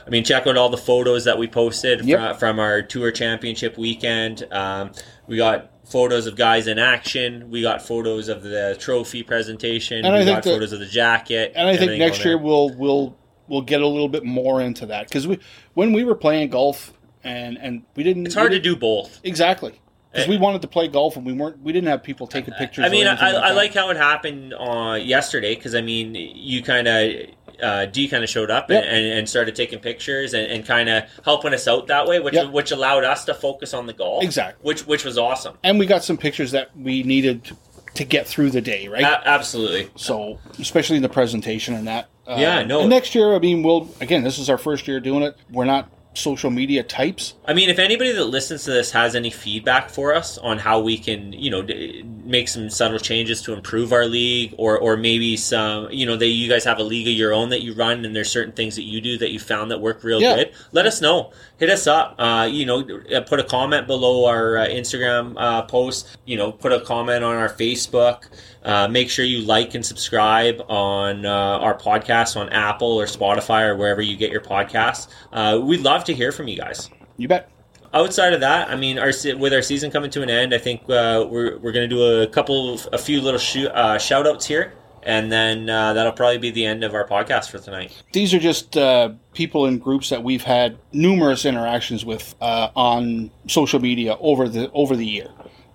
I mean, check out all the photos that we posted Yep. from, from our Tour Championship weekend. Um, we got photos of guys in action. We got photos of the trophy presentation. And I we think got that- photos of the jacket. [LAUGHS] and I think everything next on there. year we'll we'll we'll get a little bit more into that because we when we were playing golf and and we didn't it's hard to do both. exactly. Because Eh. we wanted to play golf and we weren't, we didn't have people taking pictures. I mean, or I, anything I that. like how it happened uh, yesterday because I mean, you kind of uh, D kind of showed up Yep. and, and started taking pictures and, and kind of helping us out that way, which Yep. which allowed us to focus on the golf, Exactly. which which was awesome. and we got some pictures that we needed to get through the day, right? A- absolutely, so, especially in the presentation and that. Uh, Yeah, no. and next year, I mean, we'll again. This is our first year doing it. We're not social media types. I mean, if anybody that listens to this has any feedback for us on how we can, you know, d- make some subtle changes to improve our league, or or maybe some, you know, that you guys have a league of your own that you run, and there's certain things that you do that you found that work real Yeah. good. Let us know. Hit us up. Uh, you know, uh, put a comment below our uh, Instagram uh, post. You know, put a comment on our Facebook. Uh, make sure you like and subscribe on uh, our podcast on Apple or Spotify or wherever you get your podcasts. Uh, we'd love to hear from you guys You bet. outside of that, I mean, our se- with our season coming to an end, I think uh, we're we're gonna do a couple, of- a few little shoo- uh, shout outs here, and then uh, that'll probably be the end of our podcast for tonight. These are just uh, people and groups that we've had numerous interactions with uh, on social media over the over the year,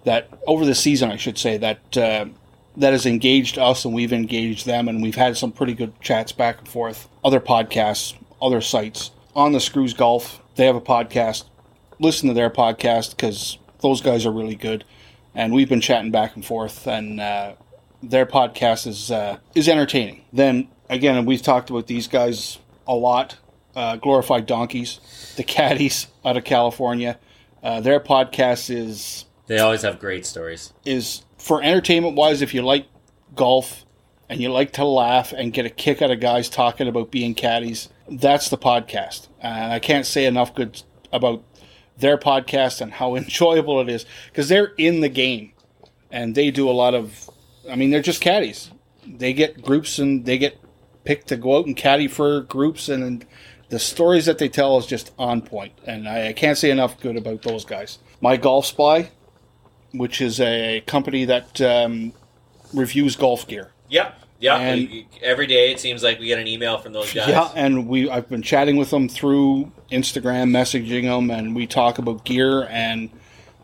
that over the season, I should say that uh, that has engaged us and we've engaged them, and we've had some pretty good chats back and forth. Other podcasts, other sites on the Screws Golf, they have a podcast. Listen to their podcast because those guys are really good, and we've been chatting back and forth and. Uh, their podcast is uh, is entertaining. Then again, and we've talked about these guys a lot. Uh, glorified donkeys, the caddies out of California. Uh, their podcast is They always have great stories. is for entertainment wise. If you like golf and you like to laugh and get a kick out of guys talking about being caddies, that's the podcast. And I can't say enough good about their podcast and how [LAUGHS] enjoyable it is because they're in the game and they do a lot of i mean they're just caddies they get groups and they get picked to go out and caddy for groups and, and the stories that they tell is just on point and I, I can't say enough good about those guys my golf spy which is a company that um, reviews golf gear Yep, yep. And- We- every day it seems like we get an email from those guys. Yeah, and we I've been chatting with them through Instagram, messaging them, and we talk about gear. And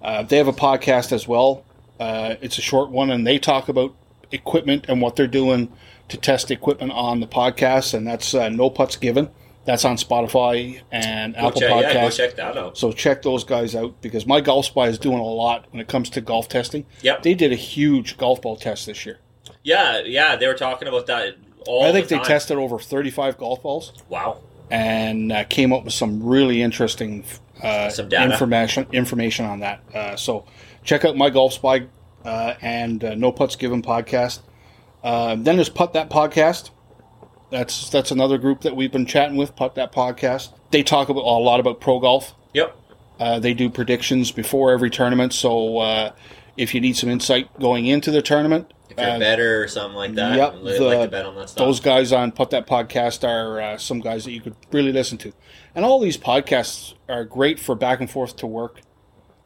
uh, they have a podcast as well. Uh, it's a short one, and they talk about equipment and what they're doing to test equipment on the podcast. And that's uh, No Putts Given. That's on Spotify and Go Apple check, Podcasts. yeah, go check that out. So check those guys out because my golf spy is doing a lot when it comes to golf testing. Yep. They did a huge golf ball test this year. Yeah, yeah. They were talking about that all. I think the they time. tested over 35 golf balls. Wow. and uh, came up with some really interesting uh, Some data. information information on that. Uh, so check out my golf spy uh, and uh, No Putts Given podcast. Um, then there's Putt That podcast. That's that's another group that we've been chatting with. Putt That podcast. They talk about a lot about pro golf. Yep. Uh, they do predictions before every tournament. So uh, if you need some insight going into the tournament, If you're uh, better or something like that, yep, li- like the- to bet on that stuff. those guys on Put That Podcast are uh, some guys that you could really listen to. And all these podcasts are great for back and forth to work.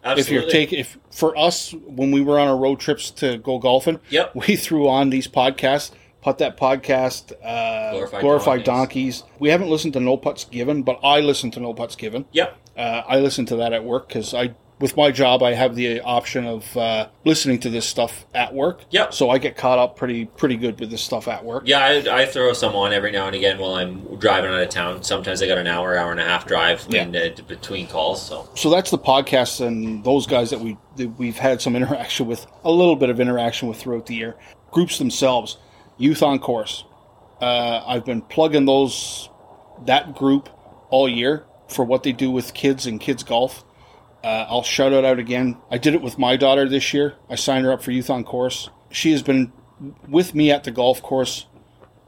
Absolutely. If you're take if for us when we were on our road trips to go golfing, [LAUGHS] Yep. we threw on these podcasts. Put that podcast, uh, Glorified glorified, Donkeys. donkeys. We haven't listened to No Putts Given, but I listen to No Putts Given. Yep. Uh, I listen to that at work because I, with my job, I have the option of uh, listening to this stuff at work. Yep. So I get caught up pretty pretty good with this stuff at work. Yeah, I, I throw some on every now and again while I'm driving out of town. Sometimes I got an hour, hour and a half drive Yeah. in uh, between calls. So so that's the podcasts and those guys that we that we've had some [LAUGHS] interaction with, a little bit of interaction with throughout the year. Groups themselves, Youth on Course. Uh, I've been plugging those that group all year for what they do with kids and kids golf. Uh, I'll shout it out again. I did it with my daughter this year. I signed her up for Youth on Course. She has been with me at the golf course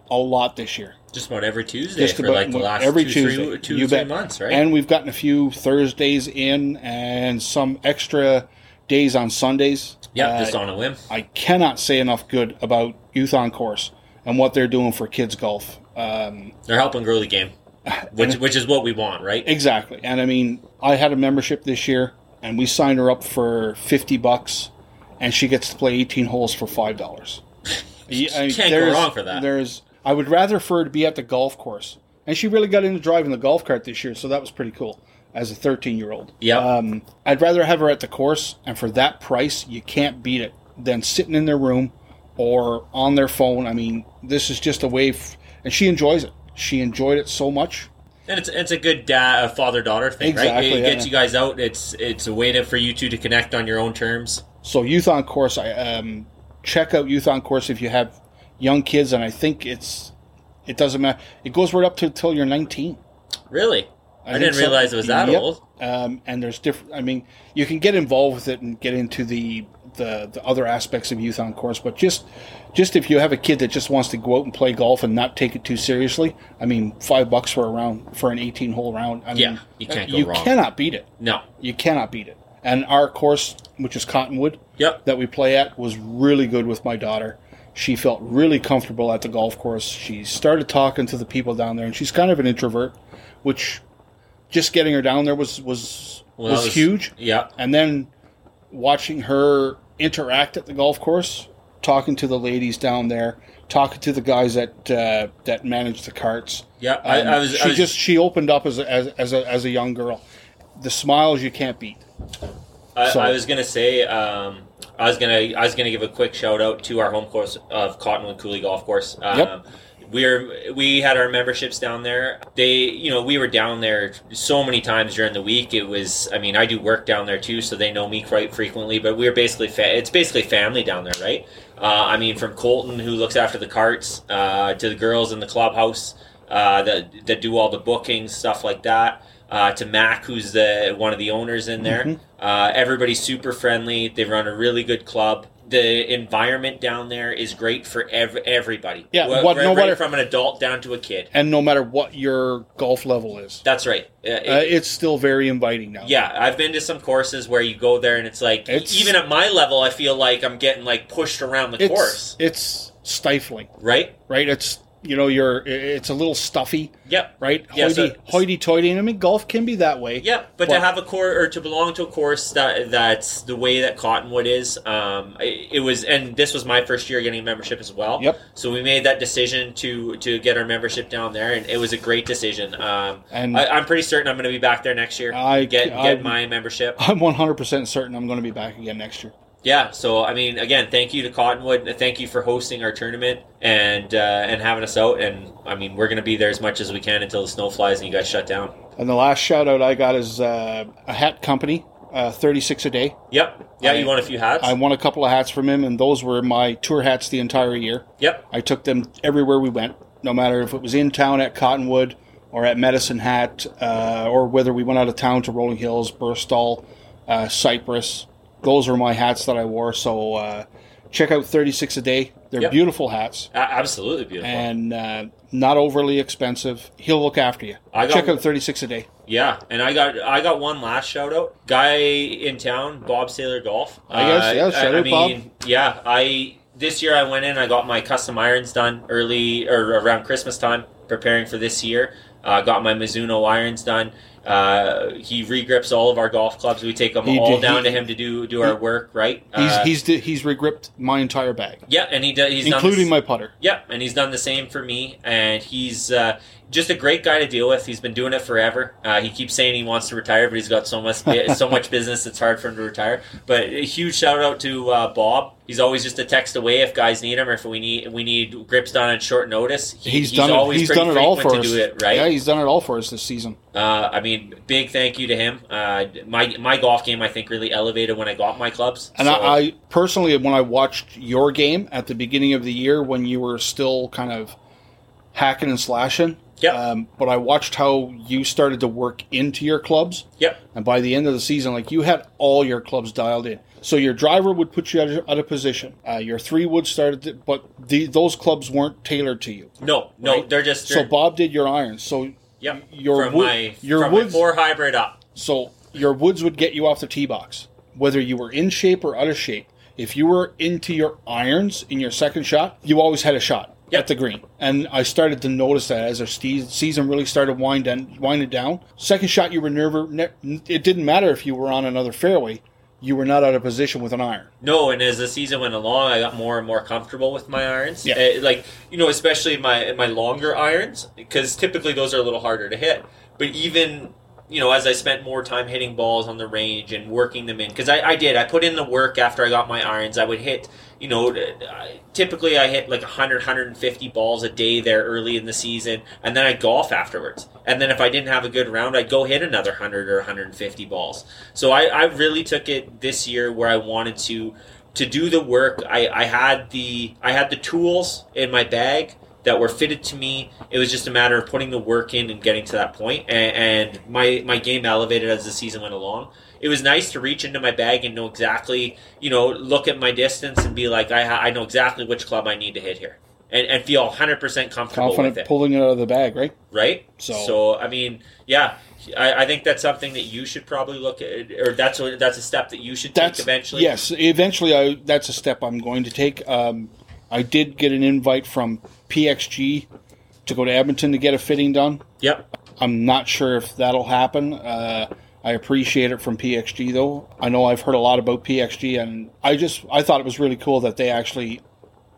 a lot lot this year. just about every Tuesday Just for about like the last every two, three, Tuesday. two, You three bet. months, right? And we've gotten a few Thursdays in and some extra days on Sundays. yeah, Uh, just on a whim. I cannot say enough good about Youth on Course and what they're doing for kids golf. Um, They're helping grow the [LAUGHS] game, which which is what we want, right? exactly. And I mean, I had a membership this year and we signed her up for 50 bucks and she gets to play 18 holes [LAUGHS] for $5. Yeah, I mean, Can't go there's- wrong for that. There's, I would rather for her to be at the golf course. And she really got into driving the golf cart this year, so that was pretty cool as a 13 year old. Yep. Um, I'd rather have her at the course, and for that price, you can't beat it than sitting in their room or on their phone. I mean, this is just a way, f- and she enjoys it. She enjoyed it so much. and it's it's a good dad, uh, father daughter thing, right? It Exactly, gets yeah. you guys out. It's it's a way to for you two to connect on your own terms. So Youth on Course, I um, check out Youth on Course if you have young kids, and I think it's it doesn't matter. It goes right up to till you're 19. Really, I, didn't think so. realize it was that Yep. old. Um, and there's different. I mean, you can get involved with it and get into the, the the other aspects of youth on course, but just just if you have a kid that just wants to go out and play golf and not take it too seriously, I mean, five bucks for a round for an 18 hole round. I mean, uh, Yeah, you can't go you wrong. cannot beat it. No. You cannot beat it. And our course, which is Cottonwood, Yep. that we play at was really good with my daughter. She felt really comfortable at the golf course. She started talking to the people down there, and she's kind of an introvert, which just getting her down there was was Well, was, that was- huge. Yep. And then watching her interact at the golf course, talking to the ladies down there, talking to the guys that uh, that manage the carts. Yep. I, Um, I was. she I was just she opened up as a, as as a, as a young girl. The smiles you can't beat. I, So- I was gonna say, um, I was gonna, I was gonna give a quick shout out to our home course of Cottonwood Cooley Golf Course. Um, Yep. We're we had our memberships down there. They, you know, we were down there so many times during the week. It was, I mean, I do work down there too, so they know me quite frequently. But we are basically, fa- it's basically family down there, right? Uh, I mean, from Colton, who looks after the carts, uh, to the girls in the clubhouse uh, that that do all the bookings, stuff like that. Uh, to Mac, who's the one of the owners in there. Mhm. Uh, everybody's super friendly. They run a really good club. The environment down there is great for ev- everybody. Yeah, Wh- what- right, no right matter- from an adult down to a kid. And no matter what your golf level is, That's right. Uh, it- uh, it's still very inviting now. yeah, I've been to some courses where you go there and it's like Uh, It's- even at my level, I feel like I'm getting like pushed around the it's course, it's stifling, right? right? It's you know you're it's a little stuffy, Yep. right? Yeah, so- hoity, hoity-toity. And I mean, golf can be that way. Yeah, but to Well- have a course or to belong to a course that that's the way that Cottonwood is, um, it, it was, and this was my first year getting a membership as well. Yep. So we made that decision to to get our membership down there, and it was a great decision. Um, And I, I, I'm pretty certain I'm going to be back there next year. Mm. I- get I- get my membership. am 100 percent certain I'm going to be back again next year. Yeah. So I mean, again, thank you to Cottonwood. and Thank you for hosting our tournament and uh, and having us out. And I mean, we're going to be there as much as we can until the snow flies and you guys shut down. And the last shout out I got is uh, a hat company, uh, 36 a day. Yep. Yeah. I- you want a few hats? I won a couple of hats from him, and those were my tour hats the entire year. yep. I took them everywhere we went, no matter if it was in town at Cottonwood or at Medicine Hat, uh, or whether we went out of town to Rolling Hills, Burstall, uh, Cypress. Those were my hats that I wore. So uh, check out 36 a day. They're Yep. beautiful hats A- absolutely beautiful. and uh, not overly expensive. He'll look after you. I got- check out 36 a day. Yeah, and I got I got one last shout out. Guy in town, Bob Sailor Golf. Uh, I guess, yeah, shout out, Bob. Yeah, I this year I went in. I got my custom irons done early or around Christmas time, preparing for this year. Uh, got my Mizuno irons done. Uh, he regrips all of our golf clubs. We take them He all did- down to he- him to do do our work. Right. He's Uh, he's he's regripped my entire bag, yeah, and he does. He's done including this- my putter. yeah, and he's done the same for me, and he's uh, just a great guy to deal with. He's been doing it forever. Uh, he keeps saying he wants to retire, but he's got so much [LAUGHS] so much business it's hard for him to retire. But a huge shout out to uh, Bob. He's always just a text away if guys need him, or if we need we need grips done on short notice. He- He's, done it. He's pretty done it all frequent for us. to do it, right? Yeah, he's done it all for us this season. Uh, I mean, big thank you to him. Uh, my my golf game, I think, really elevated when I got my clubs. And so- I, I personally, when I watched your game at the beginning of the year, when you were still kind of hacking and slashing, Yep. Um, but I watched how you started to work into your clubs, yep, and by the end of the season, like you had all your clubs dialed in. So your driver would put you out of, out of position. Uh, your three wood started, to, but the, those clubs weren't tailored to you. no, no, Right. they're just So they're, Bob did your irons. So yep, your from wood- my your from my woods- four hybrid up. So your woods would get you off the tee box, whether you were in shape or out of shape. If you were into your irons in your second shot, you always had a shot Yep. at the green. And I started to notice that as our ste- season really started winding winding down. Second shot, you were never. Ne- it didn't matter if you were on another fairway; you were not out of position with an iron. No, and as the season went along, I got more and more comfortable with my irons. Yeah. Eh, like you know, especially my my longer irons, because typically those are a little harder to hit. But even you know, as I spent more time hitting balls on the range and working them in, because I, I did, I put in the work after I got my irons. I would hit, you know, eh, I- typically I hit like 100, 150 balls a day there early in the season, and then I golf afterwards. And then if I didn't have a good round, I'd go hit another 100 or 150 balls. So I, I really took it this year where I wanted to to do the work I, I had the I had the tools in my bag that were fitted to me. It was just a matter of putting the work in and getting to that point. And, and my my game elevated as the season went along. It was nice to reach into my bag and know exactly, you know, look at my distance and be like, I ha- I know exactly which club I need to hit here, and and feel 100 percent comfortable Confident with it, pulling it out of the bag, right? right? So- I mean, yeah. I, I think that's something that you should probably look at, or that's a, that's a step that you should take That's eventually. Yes, eventually. I that's a step I'm going to take. Um, I did get an invite from PXG to go to Edmonton to get a fitting done. Yep. I'm not sure if that'll happen. Uh, I appreciate it from PXG though. I know I've heard a lot about PXG, and I just I thought it was really cool that they actually.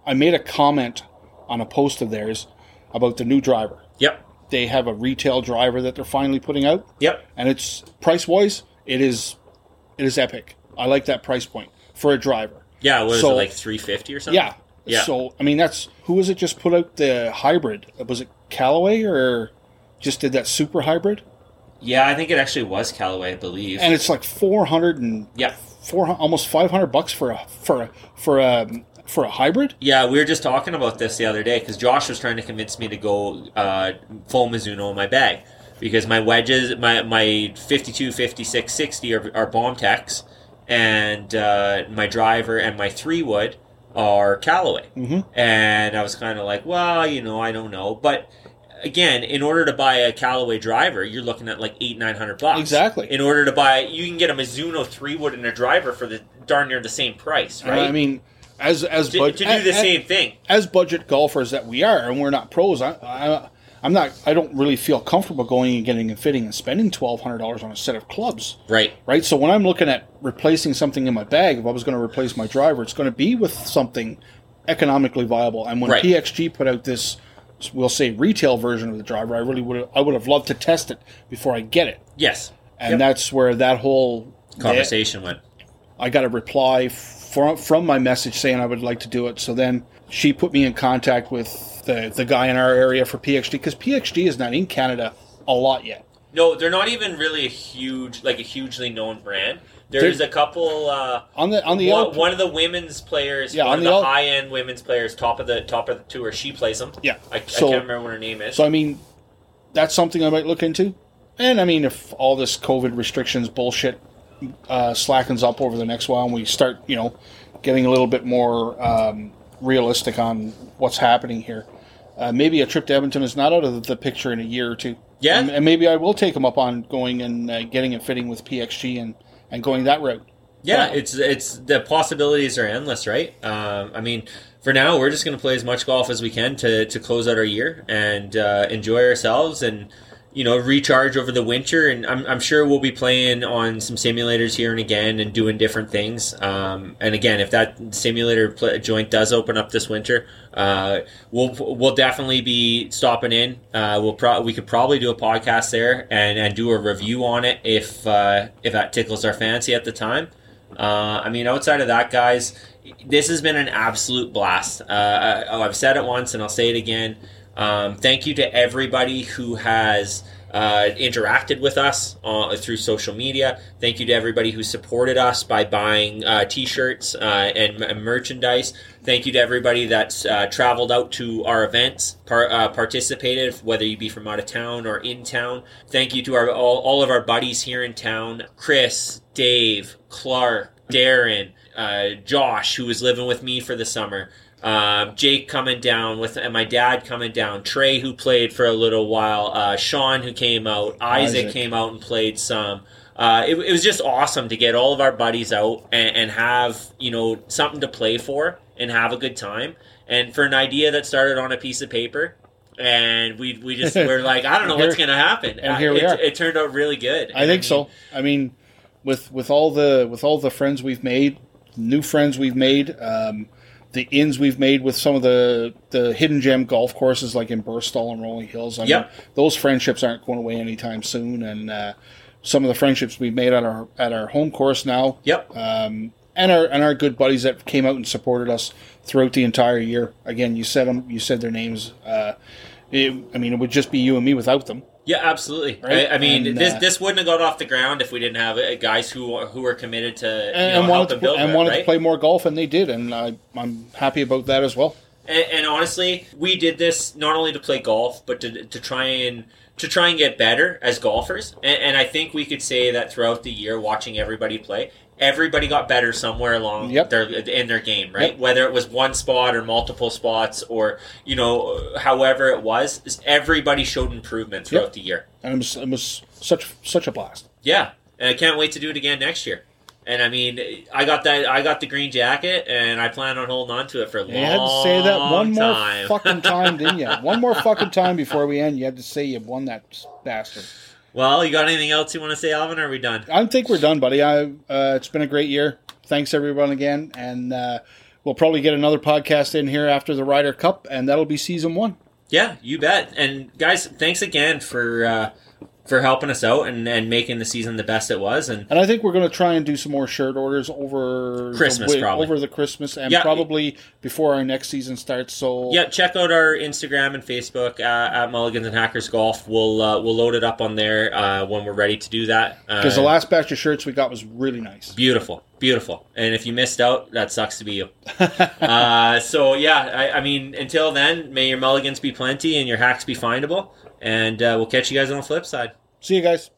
I made a comment on a post of theirs about the new driver. Yep. They have a retail driver that they're finally putting out Yep. and it's price wise, it is it is epic. I like that price point for a driver. Yeah. What is it So- like three fifty or something? Yeah. Yeah. So I mean, that's who was it just put out the hybrid? Was it Callaway or just did that super hybrid? Yeah, I think it actually was Callaway, I believe. And it's like four hundred and yeah. four almost five hundred bucks for a for a for a for a hybrid. Yeah, we were just talking about this the other day because Josh was trying to convince me to go uh, full Mizuno in my bag because my wedges, my, my 52, 56, 60 are, are bomb techs, and uh, my driver and my three wood are Callaway. Mhm. And I was kind of like, well, you know, I don't know. But again, in order to buy a Callaway driver, you're looking at like eight, nine hundred bucks. Exactly. In order to buy, you can get a Mizuno three wood and a driver for the darn near the same price, right? I mean, as as to, bud- to do the a- a- same thing. as budget golfers that we are, and we're not pros. I, I, I'm not. I don't really feel comfortable going and getting and fitting and spending twelve hundred dollars on a set of clubs, Right. right? So when I'm looking at replacing something in my bag, if I was going to replace my driver, it's going to be with something economically viable. And when Right. PXG put out this, we'll say retail version of the driver, I really would. I would have loved to test it before I get it, Yes. and Yep. that's where that whole conversation went. I got a reply from from my message saying I would like to do it. So then she put me in contact with the the guy in our area for PXD because PXD is not in Canada a lot yet. No, they're not even really a huge, like a hugely known brand. They're- There's a couple. Uh, On the on the one, other- one of the women's players, Yeah, one on of the the old- high end women's players, top of the top of the tour, she plays them. yeah. I, So- I can't remember what her name is. So I mean, that's something I might look into. And I mean, if all this COVID restrictions bullshit uh, slackens up over the next while, and we start, you know, getting a little bit more um, realistic on what's happening here, uh, maybe a trip to Edmonton is not out of the picture in a year or two. Yeah. and, and maybe I will take them up on going and uh, getting and fitting with PXG and and going that route. yeah, it's it's the possibilities are endless, right? Um, I mean, for now, we're just going to play as much golf as we can to to close out our year and uh, enjoy ourselves and. You know, recharge over the winter, and I'm, I'm sure we'll be playing on some simulators here and again, and doing different things. Um, and again, if that simulator pl- joint does open up this winter, uh, we'll we'll definitely be stopping in. Uh, we'll pro- we could probably do a podcast there and, and do a review on it if uh, if that tickles our fancy at the time. Uh, I mean, outside of that, guys, this has been an absolute blast. Uh, I, oh, I've said it once and I'll say it again. Um, thank you to everybody who has uh, interacted with us uh, through social media. Thank you to everybody who supported us by buying uh, t shirts uh, and, and merchandise. Thank you to everybody that's uh, traveled out to our events, par- uh, participated, whether you be from out of town or in town. Thank you to our all, all of our buddies here in town Chris, Dave, Clark, Darren, uh, Josh, who was living with me for the summer, um, Jake coming down with, and my dad coming down, Trey, who played for a little while, uh, Sean, who came out, Isaac, Isaac. came out and played some. Uh, it, it was just awesome to get all of our buddies out and, and have you know something to play for and have a good time. And for an idea that started on a piece of paper, and we we [LAUGHS] just we're like, I don't know what's Here- gonna happen. Uh, and here we it, are. it turned out really good. I think so. I mean, with with all the with all the friends we've made, new friends we've made, um, the ins we've made with some of the the hidden gem golf courses like in Burstall and Rolling Hills. I Yep. mean, those friendships aren't going away anytime soon, and uh, some of the friendships we've made at our at our home course now, Yep. um, and our and our good buddies that came out and supported us throughout the entire year. Again, you said them, you said their names. Uh, it, I mean, it would just be you and me without them. Yeah, absolutely. Right? I, I mean, And, this uh, this wouldn't have got off the ground if we didn't have uh, guys who are- who are committed to you and, know, and help wanted, to, and build and it, wanted right? to play more golf, and they did, and I, I'm happy about that as well. And, and honestly, we did this not only to play golf, but to, to try and to try and get better as golfers. And, and I think we could say that throughout the year, watching everybody play, everybody got better somewhere along Yep. their in their game, right? Yep. Whether it was one spot or multiple spots, or you know, however it was, is everybody showed improvement throughout the year. And it was, it was such such a blast. Yeah, and I can't wait to do it again next year. And I mean, I got that. I got the green jacket, and I plan on holding on to it for a long You had to say that one more time. fucking time, didn't [LAUGHS] you? One more fucking time before we end, you had to say you won that bastard. well, you got anything else you want to say, Alvin? Or are we done? I think we're done, buddy. I uh, it's been a great year. Thanks everyone again, and uh, we'll probably get another podcast in here after the Ryder Cup, and that'll be season one. Yeah, you bet. And guys, thanks again for uh, for helping us out and and making the season the best it was. And And I think we're going to try and do some more shirt orders over the Christmas, wi- probably. over the Christmas, and Yeah. probably before our next season starts. So Yeah, check out our Instagram and Facebook uh, at Mulligans and Hackers Golf. We'll uh, we'll load it up on there uh, when we're ready to do that. because Uh, the last batch of shirts we got was really nice. beautiful, beautiful. And if you missed out, that sucks to be [LAUGHS] you. uh, so yeah, I, I mean, until then, may your mulligans be plenty and your hacks be findable. And uh, we'll catch you guys on the flip side. See you guys.